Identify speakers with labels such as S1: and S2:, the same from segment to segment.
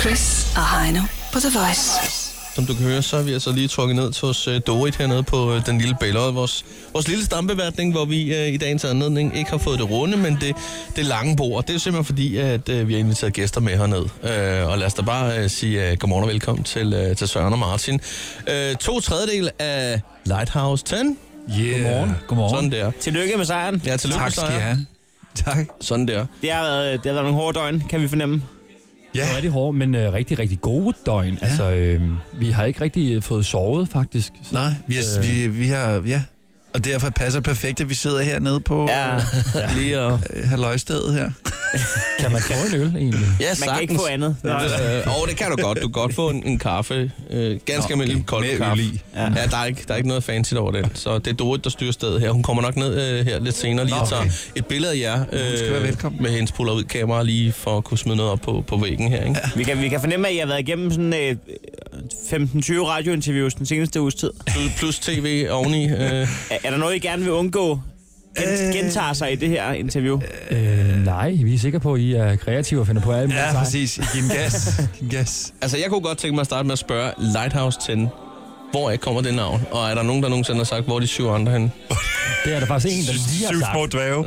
S1: Chris og Heino på The Voice.
S2: Som du kan høre, så er vi altså lige trukket ned til hos øh, Dorit hernede på øh, den lille bælger. Vores, vores lille stampeværtning, hvor vi øh, i dagens anledning ikke har fået det runde, men det, det lange bord. Det er jo simpelthen fordi, at øh, vi har inviteret gæster med herned. Øh, og lad os da bare øh, sige øh, godmorgen og velkommen til, øh, til Søren og Martin. Øh, to tredjedel af Lighthouse 10.
S3: Yeah. Godmorgen. Godmorgen.
S2: Sådan der.
S4: Tillykke med sejren.
S2: Ja, tillykke
S3: tak skal I
S2: Sejr.
S3: have. Tak.
S2: Sådan der.
S4: Det har været, det har været nogle hårde døgn, kan vi fornemme.
S3: Ja.
S5: Det var rigtig hårdt, men øh, rigtig, rigtig gode døgn. Ja. Altså, øh, vi har ikke rigtig øh, fået sovet, faktisk. Så,
S3: Nej, vi, er, vi, vi har... Ja. Og derfor passer perfekt, at vi sidder hernede på ja.
S2: Lige og...
S3: halvøjstedet her.
S5: kan man få en øl, egentlig?
S2: Ja,
S4: Man kan ikke få andet.
S2: Øh, og det kan du godt. Du kan godt få en, en kaffe. Øh, ganske almindelig okay. kold
S3: Med øl
S2: kaffe.
S3: i.
S2: Ja. ja, der er, ikke, der er ikke noget fancy over den. Så det er Dorit, der styrer stedet her. Hun kommer nok ned øh, her lidt senere lige
S3: Nå,
S2: og tager
S3: okay.
S2: et billede af jer. øh,
S3: Hun skal være velkommen.
S2: Med hendes puller ud kamera lige for at kunne smide noget op på, på væggen her. Ikke?
S4: Vi kan, vi kan fornemme, at I har været igennem sådan øh, 15-20 radiointerviews den seneste uges tid.
S2: Plus, plus tv oveni. Øh,
S4: Er, er der noget, I gerne vil undgå?
S3: Øh.
S4: Gen, gentager sig i det her interview.
S5: Øh, nej, vi er sikre på, at I er kreative og finder på alt muligt.
S3: Ja,
S5: sejt.
S3: præcis. I giver en gas. Giv en gas.
S2: altså, jeg kunne godt tænke mig at starte med at spørge Lighthouse 10. Hvor er kommer det navn? Og er der nogen, der nogensinde har sagt, hvor er de syv andre henne?
S5: Det er der faktisk en, der lige har
S3: Syv
S5: sagt.
S3: små dvæve.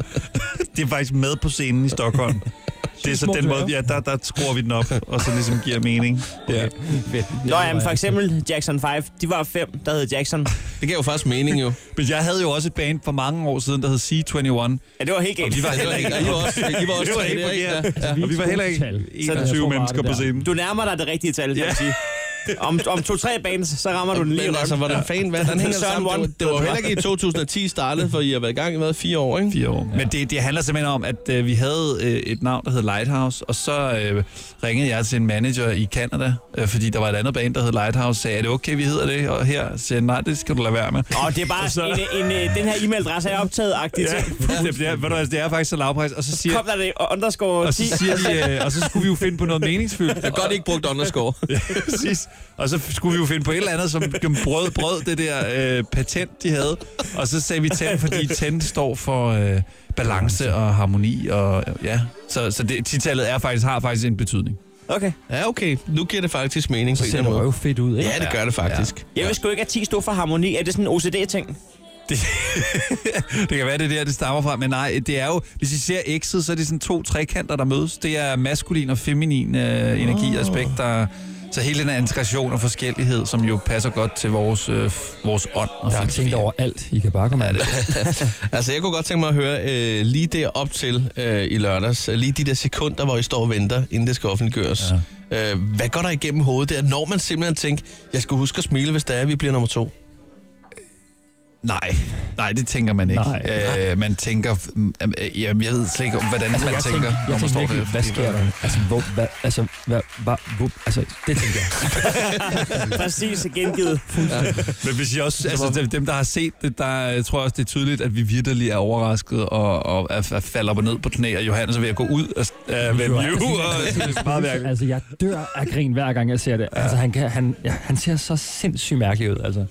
S3: Det er faktisk med på scenen i Stockholm. Det er så
S5: små
S3: den måde,
S5: dværge.
S3: ja, der, der skruer vi den op, og så ligesom giver mening. Ja.
S5: Fedt.
S4: Nå ja, men for eksempel Jackson 5. De var fem, der hed Jackson.
S2: Det giver jo faktisk mening jo.
S3: Men jeg havde jo også et band for mange år siden, der hed C21.
S4: Ja, det var helt galt.
S3: Vi var
S2: Det var
S3: heller
S2: ikke,
S3: ikke,
S2: I var også, I var også
S3: Det var
S2: tre
S3: helt
S2: der, ikke?
S3: forkert.
S2: Ja, ja.
S3: og vi var heller
S5: Så
S3: ikke
S5: jeg tror
S3: 21
S5: bare,
S3: mennesker
S5: det
S3: på
S5: der.
S3: scenen.
S4: Du nærmer dig det rigtige tal, kan
S3: Ja.
S4: man sige. Om, om to-tre banes, så rammer du den lige i
S2: Men altså,
S4: ryggen.
S2: hvordan fanden, hvordan hænger det
S4: Søren
S2: sammen? Det var,
S4: One.
S2: det var jo heller ikke i 2010 startede, for I har været i gang i hvad, fire år, ikke?
S3: fire år. Ja. Men det, det handler simpelthen om, at øh, vi havde øh, et navn, der hed Lighthouse, og så øh, ringede jeg til en manager i Canada, øh, fordi der var et andet band, der hed Lighthouse, sagde, er det okay, vi hedder det? Og her siger jeg, nej, det skal du lade være med.
S4: Og det er bare
S3: Så-
S4: en, en, øh, den her e-mailadresse er optaget-agtig
S3: altså- Ja,
S4: til.
S3: det, er, ved du, hvad, det er faktisk så lavpræs. Og så siger,
S4: Kom der det øh, underscore
S3: og
S4: 10.
S3: så, siger de, øh, og så skulle vi jo finde på noget meningsfyldt.
S2: Jeg har godt ikke brugt underscore.
S3: Præcis. Og så skulle vi jo finde på et eller andet, som som brød, brød det der øh, patent, de havde. Og så sagde vi tænd, fordi tænd står for øh, balance og harmoni. Og, øh, ja. Så, så det, titallet er faktisk, har faktisk en betydning.
S4: Okay.
S2: Ja, okay. Nu giver det faktisk mening på
S5: Så
S2: en
S5: ser
S2: eller
S5: det
S2: anden måde.
S5: røvfedt ud, ikke?
S2: Ja, det gør det faktisk.
S4: Jeg vil sgu ikke, at 10 stod for harmoni. Er det sådan en OCD-ting?
S3: Det kan være, det er der, det stammer fra. Men nej, det er jo, hvis I ser X'et, så er det sådan to trekanter, der mødes. Det er maskulin og feminin øh, energi og aspekt, der... Så hele den her integration og forskellighed, som jo passer godt til vores, øh, f- vores ånd. Og
S5: Der er
S3: filosofi.
S5: tænkt over alt. I kan bare komme af det.
S2: Altså, jeg kunne godt tænke mig at høre øh, lige der op til øh, i lørdags, øh, lige de der sekunder, hvor I står og venter, inden det skal offentliggøres. Ja. Øh, hvad går der igennem hovedet der, når man simpelthen tænker, jeg skal huske at smile, hvis der er, at vi bliver nummer to?
S3: Nej, nej, det tænker man ikke.
S5: Nej.
S3: Øh, man tænker, øh, jamen, jeg ved slet ikke, hvordan altså, man
S5: jeg
S3: tænker,
S5: tænker,
S3: når
S5: jeg tænker
S3: man står
S5: virkelig,
S3: der.
S5: hvad sker der? Altså, hvor, hvad, altså, hvad, hvad, hvor, altså, det tænker jeg.
S4: Præcis gengivet.
S3: Men hvis I også, altså, dem- dem, der har set det, der øh, tror jeg også, det er tydeligt, at vi virkelig er overrasket og, og er, er falder på ned på knæ, og Johannes er ved at gå ud og øh, vende liv. Og, det er meget mærkeligt.
S5: Altså, jeg dør af grin, hver gang jeg ser det. Altså, han, kan, han, ja, han ser så sindssygt mærkelig ud, altså.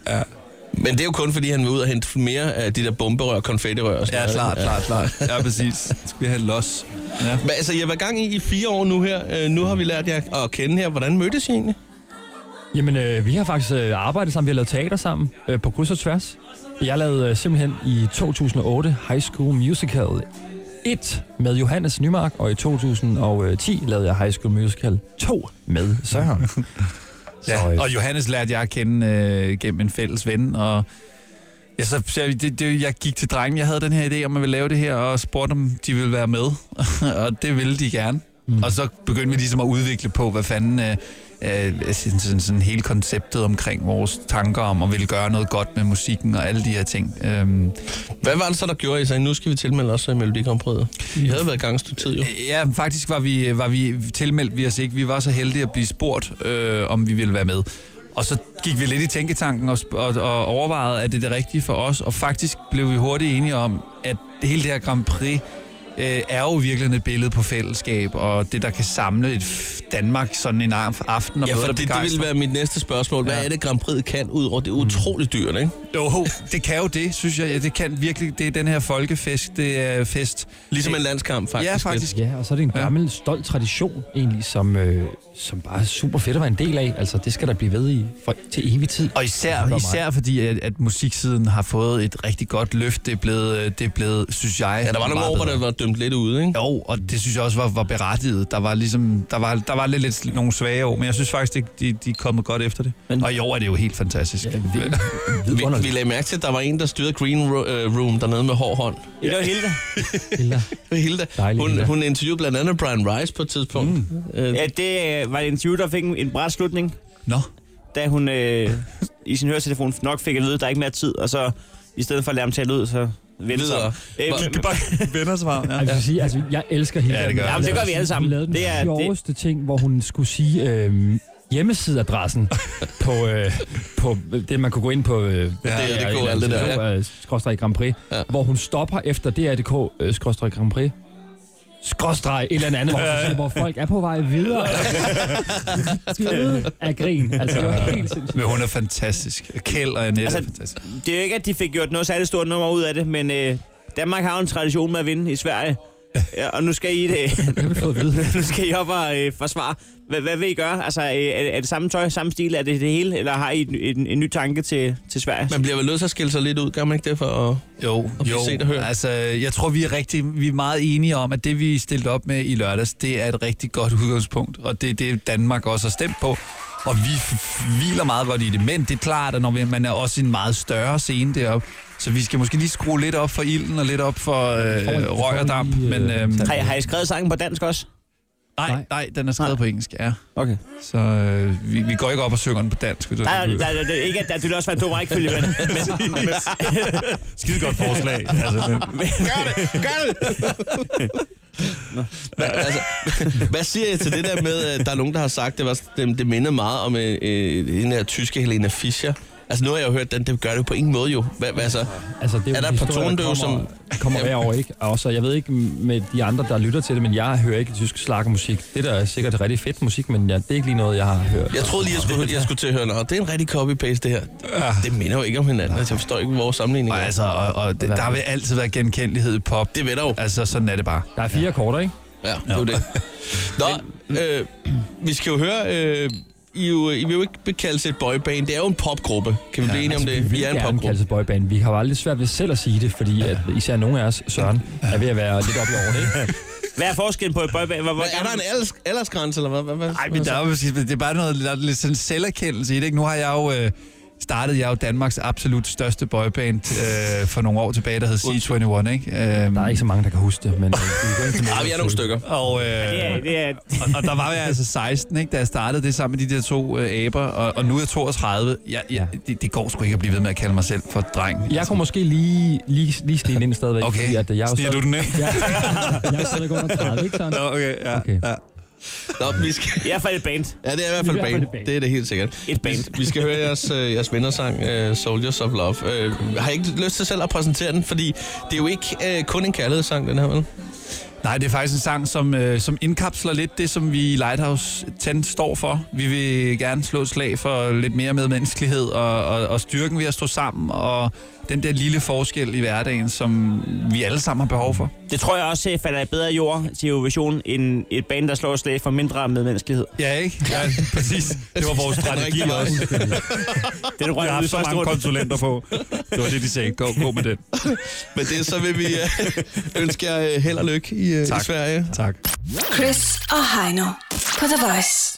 S2: Men det er jo kun, fordi han vil ud og hente mere af de der bomberør, konfettirør og sådan
S3: Ja,
S2: noget.
S3: klart, klart, klart. Ja, præcis. Skal vi have los? Ja.
S2: Men altså, jeg har været gang i i fire år nu her. Øh, nu har vi lært jer at kende her. Hvordan mødtes I egentlig?
S5: Jamen, øh, vi har faktisk øh, arbejdet sammen. Vi har lavet teater sammen øh, på kryds og tværs. Jeg lavede øh, simpelthen i 2008 High School Musical 1 med Johannes Nymark, og i 2010 lavede jeg High School Musical 2 med Søren. Så, øh,
S3: Ja, og Johannes lærte jeg at kende øh, gennem en fælles ven, og ja, så, så jeg- det, det, jeg gik til drengen, jeg havde den her idé om, at ville lave det her, og spurgte, om de ville være med, og det ville de gerne. Mm. Og så begyndte vi ligesom at udvikle på, hvad fanden... Øh, øh, sådan, sådan, sådan hele konceptet omkring vores tanker om at ville gøre noget godt med musikken og alle de her ting. Øhm,
S2: Hvad var det så, der gjorde, at I sagde, nu skal vi tilmelde os øh, i Melodikomprøvet? I havde været i gang et stykke tid, jo.
S3: Øh, Ja, men faktisk var vi, var vi tilmeldt vi os ikke. Vi var så heldige at blive spurgt, øh, om vi ville være med. Og så gik vi lidt i tænketanken og, sp- og, og overvejede, at det er det rigtige for os. Og faktisk blev vi hurtigt enige om, at det hele det her Grand Prix øh, er jo virkelig et billede på fællesskab, og det, der kan samle et f- Danmark sådan en af- aften. Og
S2: Ja,
S3: noget,
S2: for
S3: der
S2: det, det
S3: begejstrer.
S2: ville være mit næste spørgsmål. Hvad
S3: Ja.
S2: Mm. er det, Grand Prix kan, ud over det er utroligt dyrt, ikke?
S3: Jo, det kan jo det, synes jeg. Ja, det kan virkelig. Det er den her folkefest. Det er fest.
S2: Ligesom en landskamp, faktisk.
S3: ja, faktisk.
S5: Ja, og så er det en gammel, ja. stolt tradition egentlig, som, øh, som bare er super fedt at være en del af. Altså, det skal der blive ved i for, til evig tid.
S3: Og især, især fordi, at, at musiksiden har fået et rigtig godt løft. Det er blevet, øh, det er blevet synes jeg...
S2: Ja, der var nogle
S3: meget
S2: år, hvor
S3: bedre.
S2: der var dømt lidt ude, ikke?
S3: Jo, og det synes jeg også var, var berettiget. Der var, ligesom, der var, der var lidt, lidt nogle svage år, men jeg synes faktisk, det, de, de er kommet godt efter det. Men,
S4: Men-
S3: og i år er det jo helt fantastisk. Ja,
S5: vildt.
S2: Vi, vi lagde mærke til, at der var en, der styrede Green Ro- øh, Room dernede med hård hånd.
S4: Det var Hilda.
S5: Eller,
S2: Hilda.
S5: Dejlig
S2: Hun,
S5: Hilda.
S2: hun interviewede blandt andet Brian Rice på et tidspunkt. Mm. Øh,
S4: Ja, det øh, var en interview, der fik en, en bræt slutning,
S3: Nå,
S4: da hun øh, i sin høretelefon nok fik at vide, at der er ikke mere tid, og så i stedet for at lade ham tale ud, så vendte sig.
S2: Videre.
S4: Øh, men-
S3: vender sig bare.
S5: jeg, vil sige, altså, jeg elsker hende.
S3: Ja, det gør jeg.
S4: Jamen, det gør vi alle sammen.
S5: Hun lavede den
S4: Det er-
S5: det
S4: det-
S5: sjoveste ting, hvor hun skulle sige øh, hjemmesideadressen på, øh, på det, man kunne gå ind på... Øh,
S2: det går alt det der,
S5: Ja. Skråstrej øh, Grand Prix.
S2: Ja.
S5: Ja. Hvor hun stopper efter DR.dk øh, skråstrej Grand Prix. Skråstrej et eller andet, hvor, hun siger, hvor folk er på vej videre. Døde af grin. Altså, det var helt sindssygt.
S3: Men hun er fantastisk. Kjeld og Annette altså, er
S4: Altså,
S3: fantastisk.
S4: Det er jo ikke, at de fik gjort noget særligt stort nummer ud af det, men øh, Danmark har jo en tradition med at vinde i Sverige. Ja, og nu skal I det.
S5: Det har vi fået at vide.
S4: nu skal I op og øh, forsvare. Hvad, hvad vil I gøre? Altså, øh, er, det- er det samme tøj, samme stil? Er det det hele? Eller har I en, en, en ny tanke til, til Sverige?
S2: man bliver vel nødt til at skille sig lidt ud, gør man ikke det? For at...
S3: Jo,
S2: blive
S3: jo.
S2: set og hørt.
S3: Altså, jeg tror, vi er, rigtig, vi er meget enige om, at det, vi stillede op med i lørdags, det er et rigtig godt udgangspunkt, og det er det, Danmark også har stemt på. Og vi f- f- hviler meget godt i det, men det er klart, at når vi, man er også i en meget større scene deroppe, så vi skal måske lige skrue lidt op for ilden og lidt op for øh, røg og damp,
S5: lige, øh,
S3: men øh,
S4: Har, I- har I skrevet sangen på dansk også?
S3: nej, nej, den er skrevet på engelsk, ja.
S4: Okay.
S3: Så øh, vi, vi går ikke op og synger den på dansk. hvis du-
S4: Nej, nej, nej, nej, ikke, at der ville også være en dum rækkefølge, men, men, men,
S3: Skide godt forslag. altså, men,
S2: Gør det! Gør det! Hva, altså, hvad siger jeg til det der med, at der er nogen, der har sagt, det, var, det, det minder meget om øh, øh, den her tyske Helena Fischer? Altså, nu har jeg jo hørt den, det gør det jo på ingen måde jo. Hvad, hvad så?
S5: Altså, det er, jo
S2: Er der
S5: en
S2: et par
S5: historie,
S2: tonedøve,
S5: kommer, kommer hver år, ikke? Og så, jeg ved ikke med de andre, der lytter til det, men jeg hører ikke tysk slagermusik. Det der er sikkert rigtig fedt musik, men ja, det er ikke lige noget, jeg har hørt.
S2: Jeg troede lige, jeg skulle, jeg skulle til at høre, at det er en rigtig copy-paste, det her. Det minder jo ikke om hinanden. Altså, jeg forstår ikke vores sammenligning.
S3: og altså, og, og det, der vil altid være genkendelighed i pop.
S2: Det ved der jo.
S3: Altså, sådan er det bare.
S5: Der er fire akkorder, ikke?
S2: Ja, det er jo det. Nå, øh, vi skal jo høre... Øh, I, er jo, I vil jo ikke kaldes et boyband. Det er jo en popgruppe. Kan vi blive enige om det? altså, Vi er en
S5: gerne
S2: popgruppe.
S5: kaldes boyband. Vi har jo aldrig svært ved selv at sige det, fordi at især nogle af os, Søren, er ved at være lidt oppe i årene, ikke?
S4: hvad er forskellen på et boyband? Hvor, Altså, hvor
S2: Hvad, er der en alders, aldersgrænse, eller hvad? hvad, hvad
S3: Nej, men der er, jo- det er bare noget der er lidt sådan selverkendelse i det. Ikke? Nu har jeg jo øh, startet jeg er jo Danmarks absolut største boyband øh, for nogle år tilbage, der hed C21. Ikke? Øhm,
S5: Der er ikke så mange, der kan huske det, men... øh, vi går ind til
S2: Ja, vi er nogle stykker.
S3: Og, øh,
S4: Det er, det er,
S3: og, og der var jeg altså 16, ikke, da jeg startede det sammen med de der to øh, aber, og, og nu er jeg 32. Jeg, jeg, det, det går sgu ikke at blive ved med at kalde mig selv for dreng.
S5: Jeg kunne måske lige, lige, lige snige den ind stadigvæk, fordi
S3: Okay,
S5: at øh, jeg er jo
S3: stiger du
S5: stadig-
S3: den ind?
S5: Jeg, jeg er jo stadig under 30, ikke sådan?
S3: Nå, okay, ja.
S5: Okay.
S3: ja.
S2: Nå, vi skal...
S4: i hvert fald et band.
S2: Ja, det er i hvert
S5: Det er
S2: fald
S5: i hvert fald et
S2: band.
S5: band.
S2: Det er det helt sikkert.
S4: Et band.
S2: Vi skal høre jeres, øh, jeres vennersang, øh, Soldiers of Love. Øh, har I ikke lyst til selv at præsentere den? Fordi det er jo ikke øh, kun en kærlighedssang, den her, vel?
S3: Nej, det er faktisk en sang, som, øh, som indkapsler lidt det, som vi i Lighthouse 10 står for. Vi vil gerne slå et slag for lidt mere medmenneskelighed og, og, og styrken ved at stå sammen, og den der lille forskel i hverdagen, som vi alle sammen har behov for.
S4: Det tror jeg også øh, falder i bedre jord til Eurovision, end et band, der slår et slag for mindre medmenneskelighed.
S3: Ja, ikke? Ja, præcis. Det var vores
S2: strategi også.
S4: Den røg ud i første runde.
S3: konsulenter på. Det var det, de sagde. Gå, gå med den.
S2: Men det, så vil vi øh, ønske jer øh, held og lykke i, øh, i
S3: Tak.
S2: Sverige.
S3: Tak.
S1: Chris og Heino på The Voice.